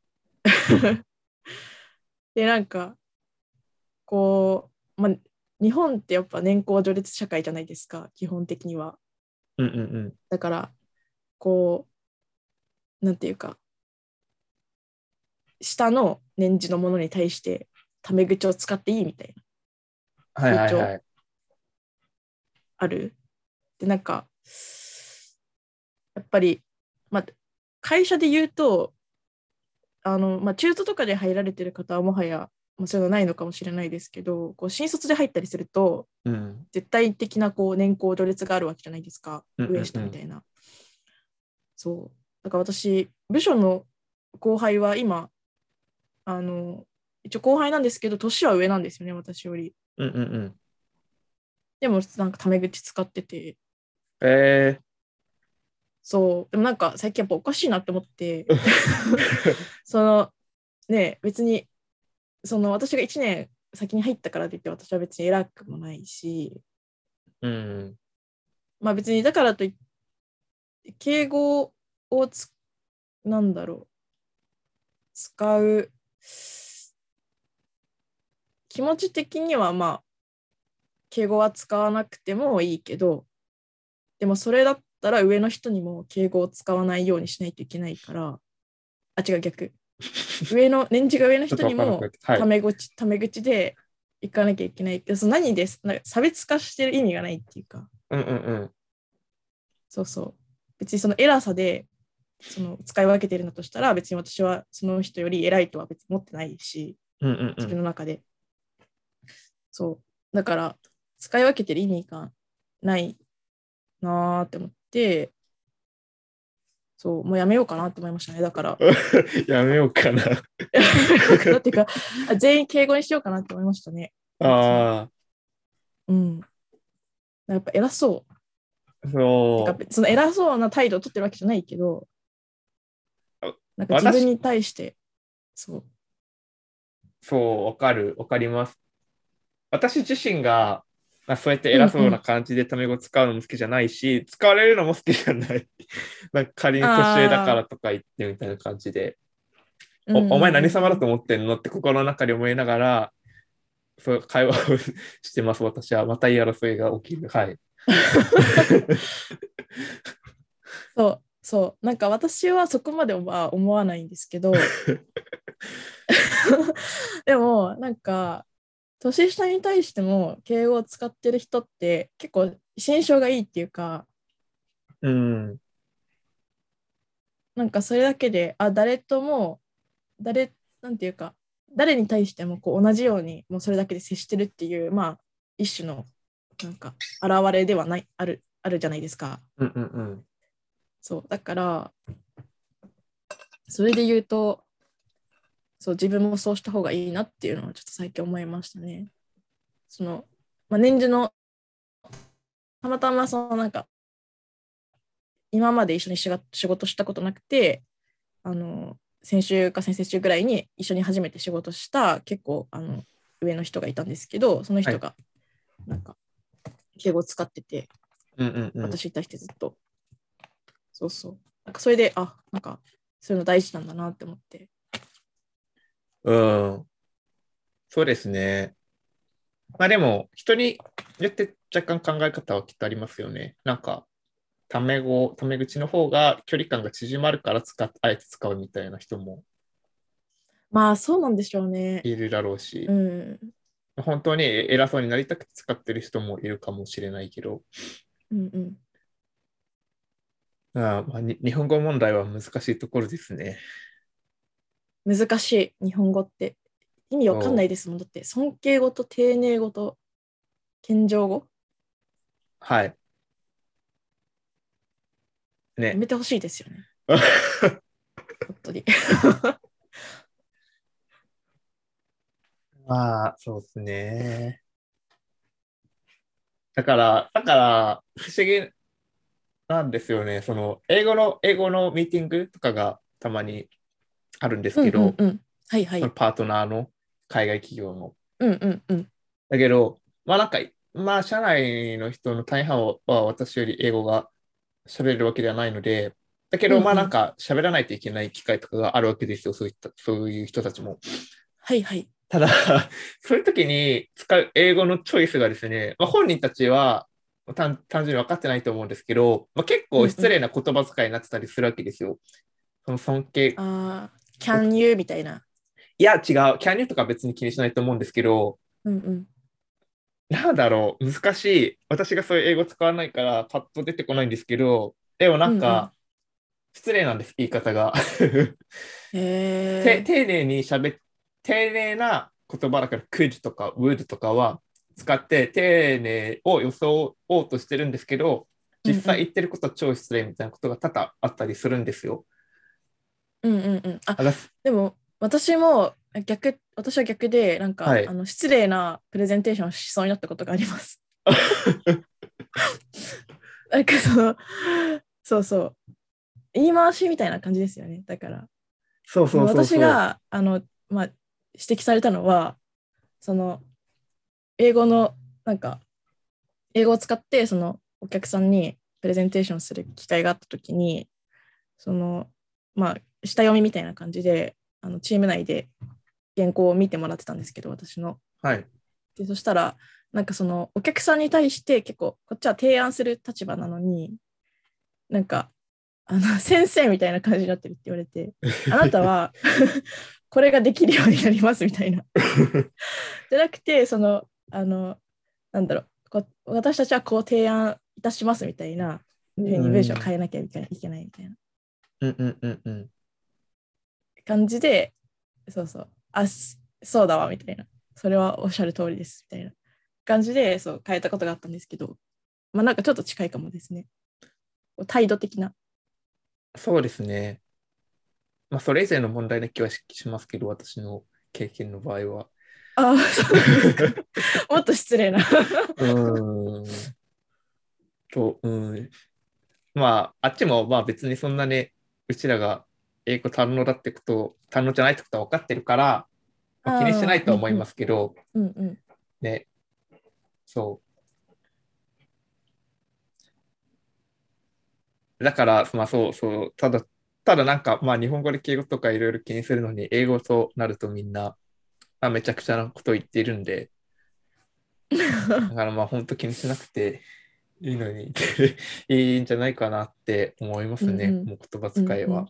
で、なんか、こう、まあ、日本ってやっぱ年功序列社会じゃないですか、基本的には。うんうんうん。だからこうなんていうか下の年次のものに対してタメ口を使っていいみたいなはいはいは成い。あるでなんかやっぱり、まあ、会社で言うとあの、まあ、中途とかで入られてる方はもはや、まあ、そういうのないのかもしれないですけどこう新卒で入ったりするとうん。絶対的なこう年功序列があるわけじゃないですか、うんうんうん上下みたいな。そうだから私部署の後輩は今あの一応後輩なんですけど年は上なんですよね私より。うんうんうん。でもなんかタメ口使っててえそうでもなんか最近やっぱおかしいなって思って そのね別にその私が1年先に入ったからといって私は別に偉くもないしー、うん。まあ別にだからといって敬語をつなんだろう使う気持ち的にはまあ敬語は使わなくてもいいけどでもそれだったら上の人にも敬語を使わないようにしないといけないからあ違う逆上 の年次が上のちょっ人とわにかもんなくなってきた。タはい。メ口タメ口で行かなきゃいけないけどその何ですなんか差別化してる意味がないっていうかうんうんうん。そうそう。別にその偉さでその使い分けてるんだとしたら、別に私はその人より偉いとは別に思ってないし、うんうんう自分ん。の中で。そう。だから、使い分けてる意味がないなーって思って、そう、もうやめようかなって思いましたね。だ から、やめよう かな。だってか、あ全員敬語にしようかなって思いましたね。あうん。やっぱ偉そう。あ、てそかその偉そうな態度を取ってるわけじゃないけどあ、なんか自私分に対して、そう。う、そう、わかる、わかります。私自身が、まあ、そうやって偉そうな感じでタメ語使うのも好きじゃないし、使われるのも好きじゃない。 なんか仮に年上だからとか言ってみたいな感じで、おうんお前何様だと思ってんのって心の中で思いながら、そう会話をしてます、私は。また言い争いが起きる。はい。そう、そう。なんか私はそこまでは思わないんです けど、でも、なんか、年下に対しても敬語を使ってる人って結構心象がいいっていうか、うん。なんかそれだけで、あ、誰とも、誰、なんていうか、誰に対してもこう同じように、もうそれだけで接してるっていう、まあ、一種の、なんか、現れではない、ある、あるじゃないですか。うんうんうん。そう、だから、それで言うと、そう、自分もそうした方がいいなっていうのは、ちょっと最近思いましたね。その、まあ、年次の、たまたま、その、なんか、今まで一緒に仕事仕事したことなくて、あの、先週か先々週ぐらいに一緒に初めて仕事した、結構、あの、上の人がいたんですけど、その人が、なんか、敬語使ってて、うんうんうん。私に対してずっと。そうそう。なんかそれで、あ、なんか、そういうの大事なんだなって思って。うん。そうですね。まあでも、人によって若干考え方はきっとありますよね。なんか、タメ語、タメ口の方が距離感が縮まるから使っ、あえて使うみたいな人もまあ、そうなんでしょうね。いるだろうしう、ん。本当に偉そうになりたくて使ってる人もいるかもしれないけど、うんうん。あまあ、に日本語問題は難しいところですね。難しい、日本語って。意味わかんないですもん。だって、尊敬語と丁寧語と謙譲語。はい。やね。めてほしいですよね。本当 に。まあ、そうですね。だから、だから、不思議なんですよね。その、英語の、英語のミーティングとかがたまにあるんですけど、うんうんうん。はいはい。そうのんパートナーの海外企業の。うんうん。だけど、まあなんか、まあ、社内の人の大半は私より英語が喋れるわけではないので、だけうど、んうんまあなんか、喋らないといけない機会とかがあるわけですよ。そういった、そういう人たちも。はいはい。ただ、 そういう時に使う英語のチョイスがですね、まあ、本人たちは単単純に分かってないと思うんですけど、まあ、結構失礼な言葉遣いになってたりするわけですよ。その尊敬。ああ、can you みたいな。いや、違う。can you とか別に気にしないと思うんですけど、うんうん。なんだろう、難しい。私がそういう英語使わないから、パッと出てこないんですけど、でもなんうんうんか、失礼なんです、言い方が。てへえ。丁寧にしゃべ丁寧な言葉だから could とか would とかは使って丁寧を装おうとしてるんですけど実際言ってることは超失礼みたいなことが多々あったりするんですよ。うんうんうん。ああだすでも私も逆私は逆でなんか、はいあの失 礼なプレゼンテーションをしそうになったことがあります。なんかその、そうそう。言い回しみたいな感じですよね。だから、そうそうそうそう。私があの、まあ、指摘されたのはその英語のなんか英語を使ってそのお客さんにプレゼンテーションする機会があった時にそのまあ下読みみたいな感じであのチーム内で原稿を見てもらってたんですけど私の。はい。でそしたらなんかそのお客さんに対して結構こっちは提案する立場なのになんかあの 先生みたいな感じになってるって言われてあなたは これができるようになりますみたいな。じゃなくてそのあのなんだろうこ私たちはこう提案いたしますみたいなふうに文章を変えなきゃいけないいけないみたいなうんうんうんうん。感じでそうそうあすそうだわみたいなそれはおっしゃる通りですみたいな感じでそう変えたことがあったんですけどまあなんかちょっと近いかもですねこう態度的なそうですね。まあ、それ以前の問題な気はししますけど、私の経験の場合は。あ そうですかもっと失礼なうーん。 と、うん。まあ、あっちも、まあ別にそんなね、うちらが英語堪能だってこと、堪能じゃないってことは分かってるから、まあ気にしてないとは思いますけど、うん うんね。そう。だから、まあそうそう、ただ、ただなんか、まあ日本語で敬語とかいろいろ気にするのに、英語となるとみんな、まあ、めちゃくちゃなこと言っているんで、だからまあ本当気にしなくていいのに、いいんじゃないかなって思いますね、うんうんもう言葉遣いは。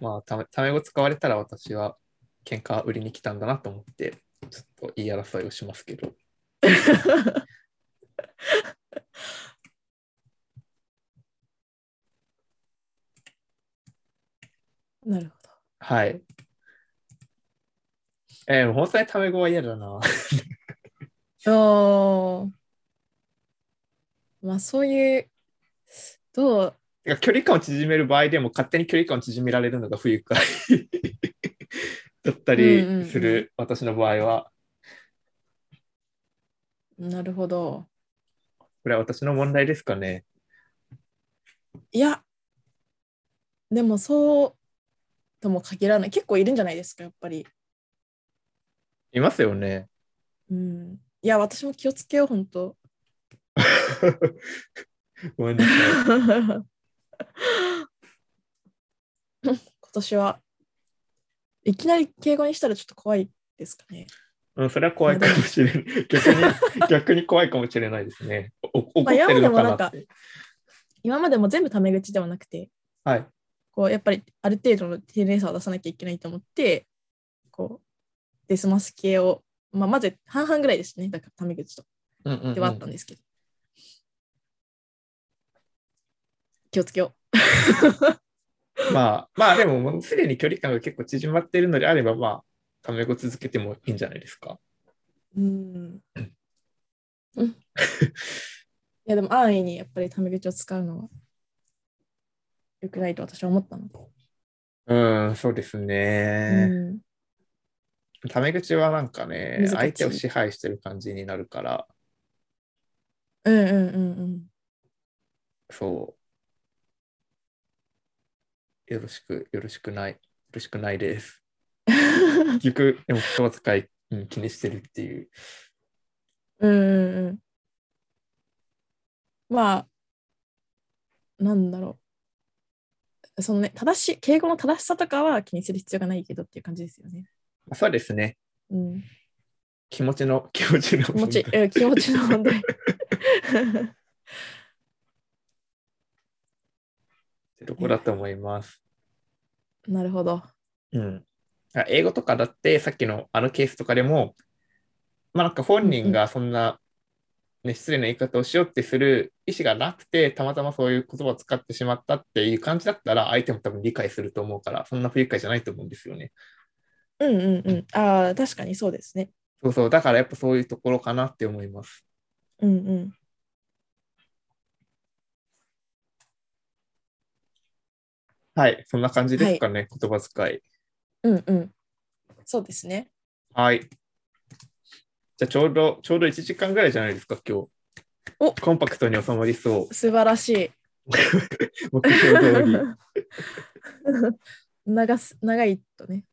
まあ、ためタメ語使われたら私は喧嘩売りに来たんだなと思って、ちょっと言い争いをしますけど。なるほどはい。えー、本当にタメ語は嫌だあな。 ーまあそういうどういや距離感を縮める場合でも勝手に距離感を縮められるのが不愉快 だったうんうんうりんする、私の場合は。なるほどこれは私の問題ですかね。いやでもそうとも限らない結構いるんじゃないですかやっぱりいます よね。うんいや私も気をつけよう本当 ごめんなさい。今年はいきなり敬語にしたらちょっと怖いですかねうん、 それは怖いかもしれない。逆に、逆に怖いかもしれないですね。お怒っまあてるのかな山っでて。今までも全部タメ口ではなくてはい。こうやっぱりある程度の丁寧さを出さなきゃいけないと思ってこうデスマス系を、まあ、まず半々ぐらいですねだからタメ口とうんうんうんではあったんですけど、気をつけよまあ、まあでも、もうすでに距離感が結構縮まっているのであれば、まあ、タメ語続けてもいいんじゃないですか。ううんうん いやでも安易にやっぱりタメ口を使うのは良くないと私は思ったので、うん、そうですね。うんタメ口はなんかね難し、い相手を支配してる感じになるから、うんうんうん そう。よろしく、よろしくない、よろしくないです。うん結局、でも言葉遣い、うん、気にしてるっていう。うんうんうん。まあ、なんだろう。そのね、正しい、敬語の正しさとかは気にする必要がないけどっていう感じですよね。まあそうですね。うん、気持ちの、 気持ちの気持問題。ち、うん気持ちの問題。ってとこだと思います。 なるほど。うん、あ英語とかだってさっきのあのケースとかでも、まあ、なんか本人がそんな、ね、失礼な言い方をしようってする意思がなくてたまたまそういう言葉を使ってしまったっていう感じだったら相手も多分理解すると思うからそんな不愉快じゃないと思うんですよね。うんうんうん。ああ、確かにそうですね。そうそうだからやっぱそういうところかなって思います。うんうん。はいそんな感じですかね、言葉遣い。うんうん。そうですね。はい。じゃあちょうどちょうど1時間ぐらいじゃないですか今日。おコンパクトに収まりそ素晴らしい。う。目標通 り。長す長いとね。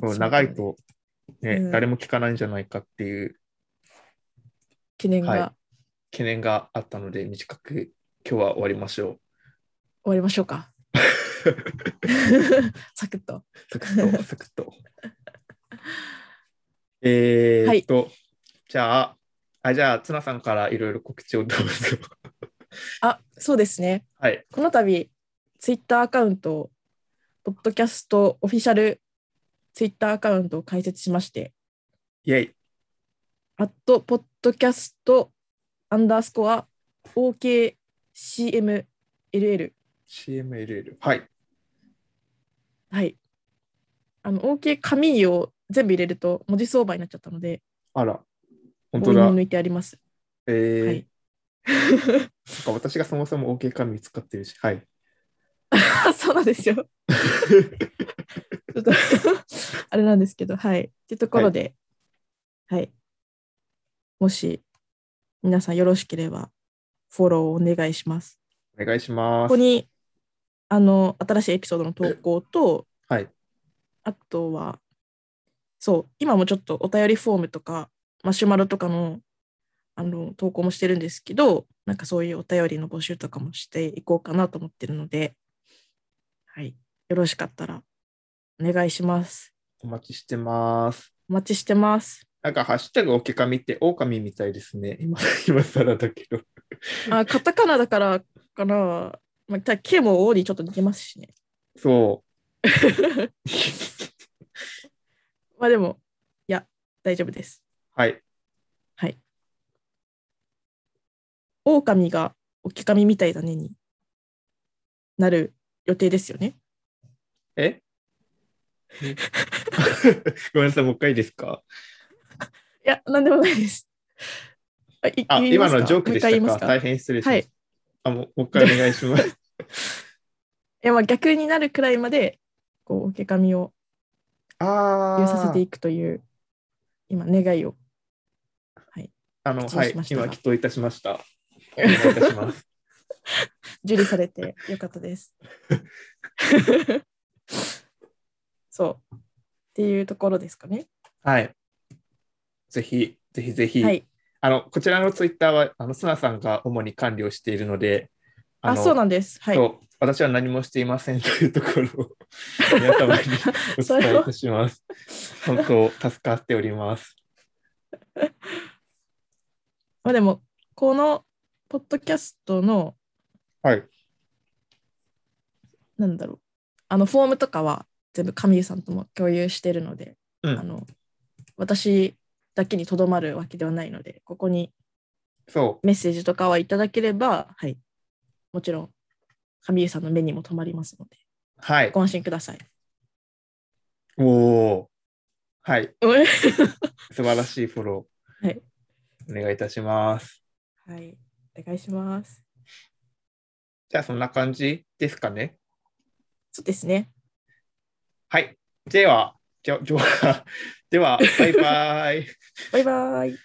そう長い。と、ねうん誰も聞かないんじゃないかっていう記念がはい終懸念があったので、短く今日は終わりましょわりましょう か。サクッと。う。サ クッと、サクッと。えーっと、じゃあ、あじゃあ、ツナさんからいろいろ告知をどうぞ。あそうですね。はい。この度、ツイッターアカウントを、ポッドキャストオフィシャルツイッターアカウントを開設しまして、イェイ。アットポッドキャストアンダースコア OKCMLL。 CMLL。はい。はい。あの OK 紙を全部入れると文字相場になっちゃったので、あら。本棒当にだ。抜いてあります。えーはい。そっか私がそもそも OK 管理使ってるし。はい。あ そうなんですよ。ちょっと あれなんですけど、はい。っていうところで、はい、もし皆さんよろしければフォローをお願いします。お願いしまこすこ。にあの新しいエピソードの投稿と、はい。あとは、そう、今もちょっとお便りフォームとか、マシュマロとかのあの投稿もしてるんですけど、なんかそういうお便りの募集とかもしていこうかなと思ってるので、はい、よろしかったらお願いします。お待ちしてます。お待ちしてます。なんか、ハッシュタグオケカミって、オオカミみたいですね。今、 今更だけど。あ、カタカナだからかな。まあ、ただ K も O にちょっと似てますしね。そまあでも、いや、大丈夫です。う。はい。狼がおきかみみたいだねになる予定ですよね。え ごめんなさい、もう一回いいですかいや、なんでもないです。あ、いあ、言いま今すかのジョークでしもう一回言いたまかすか大変失礼しまはしいた。あもうもう一回お願いし ます。いやまあ逆になるくらいまで、こう、おけかみをあ入れあ、させていくという、今、願いを。あの、失礼はいしま、した今、祈祷いたし ました。お願いいたします。受理されてよかった です。そう。っていうところですかね。はい。ぜひ、ぜひぜひ、はい。あの、こちらのツイッターは、あの、スナさんが主に管理をしているので、あのそうなんです。はい。そう私は何もしていませんというところ を皆様にお伝えいたします。本当、助かっております。まあでも、このポッドキャストの、はい。なんだろう。あの、フォームとかは全部神湯さんとも共有しているので、うあん、の私だけにとどまるわけではないので、ここにそメッセージとかはいただければ、はい、もちろん神江さんの目にも留まりますので、う。はい。ご安心ください。おおー。はい。うん素晴らしいフォロー。はい。お願いいたします。はい、お願いします。じゃあ、そんな感じですかね。そうですね。 はい。では、じゃ、じゃ、では、バイバイ。バイバイ。